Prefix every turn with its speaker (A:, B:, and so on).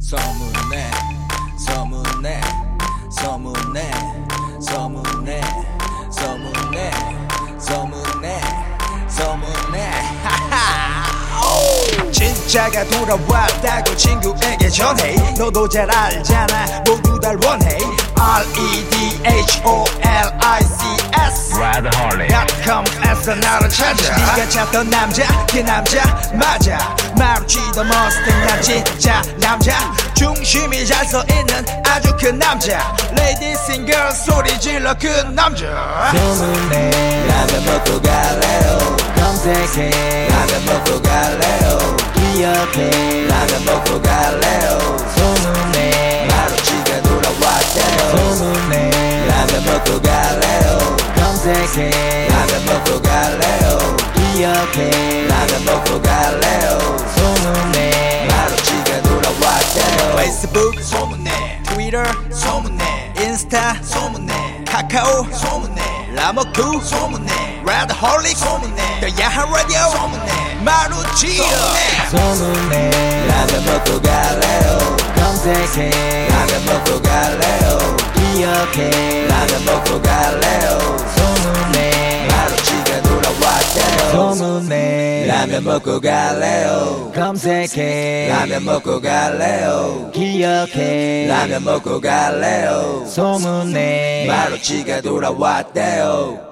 A: 서문에 서문에 서문에 서문에 서문에 서문에 서문에 하하 오! 진짜가 돌아왔다고 친구에게 전해 너도 잘 알잖아 모두 달 원해 E R-E-D-H-O-L-I-C-S
B: Rather Harley.
A: com 에서 나를 찾아 네가 찾던 남자 그 남자 맞아 마르치던 머스탱 나 진짜 남자 중심이 잘 서 있는 아주 큰 남자 Ladies and girls 소리 질러 그 남자 소문에 라면 먹고 갈래요 검색해 라면 먹고 갈래요 기억해 라면 먹고 갈래요 소문에 마루치가 돌아왔대요 소문에 라면 먹고 갈래요 검색해 라면 먹고 갈래요 기억해 라면 먹고 갈래요 소문내 마루치가 돌아왔대요 페이스북 소문내 트위터 소문내 인스타 소문내 카카오 소문내 라모쿠 소문내 레드홀릭 소문내 더 야한 라디오 소문내 마루치 소문내 라면 먹고 갈래요 검색해 라면 먹고 갈래요 기억해 라면 먹고 갈래요 소문내 마루치가 돌아왔대요 소문내 라면 먹고 갈래요 검색해 라면 먹고 갈래요 기억해 라면 먹고 갈래요 소문내 마루치가 돌아왔대요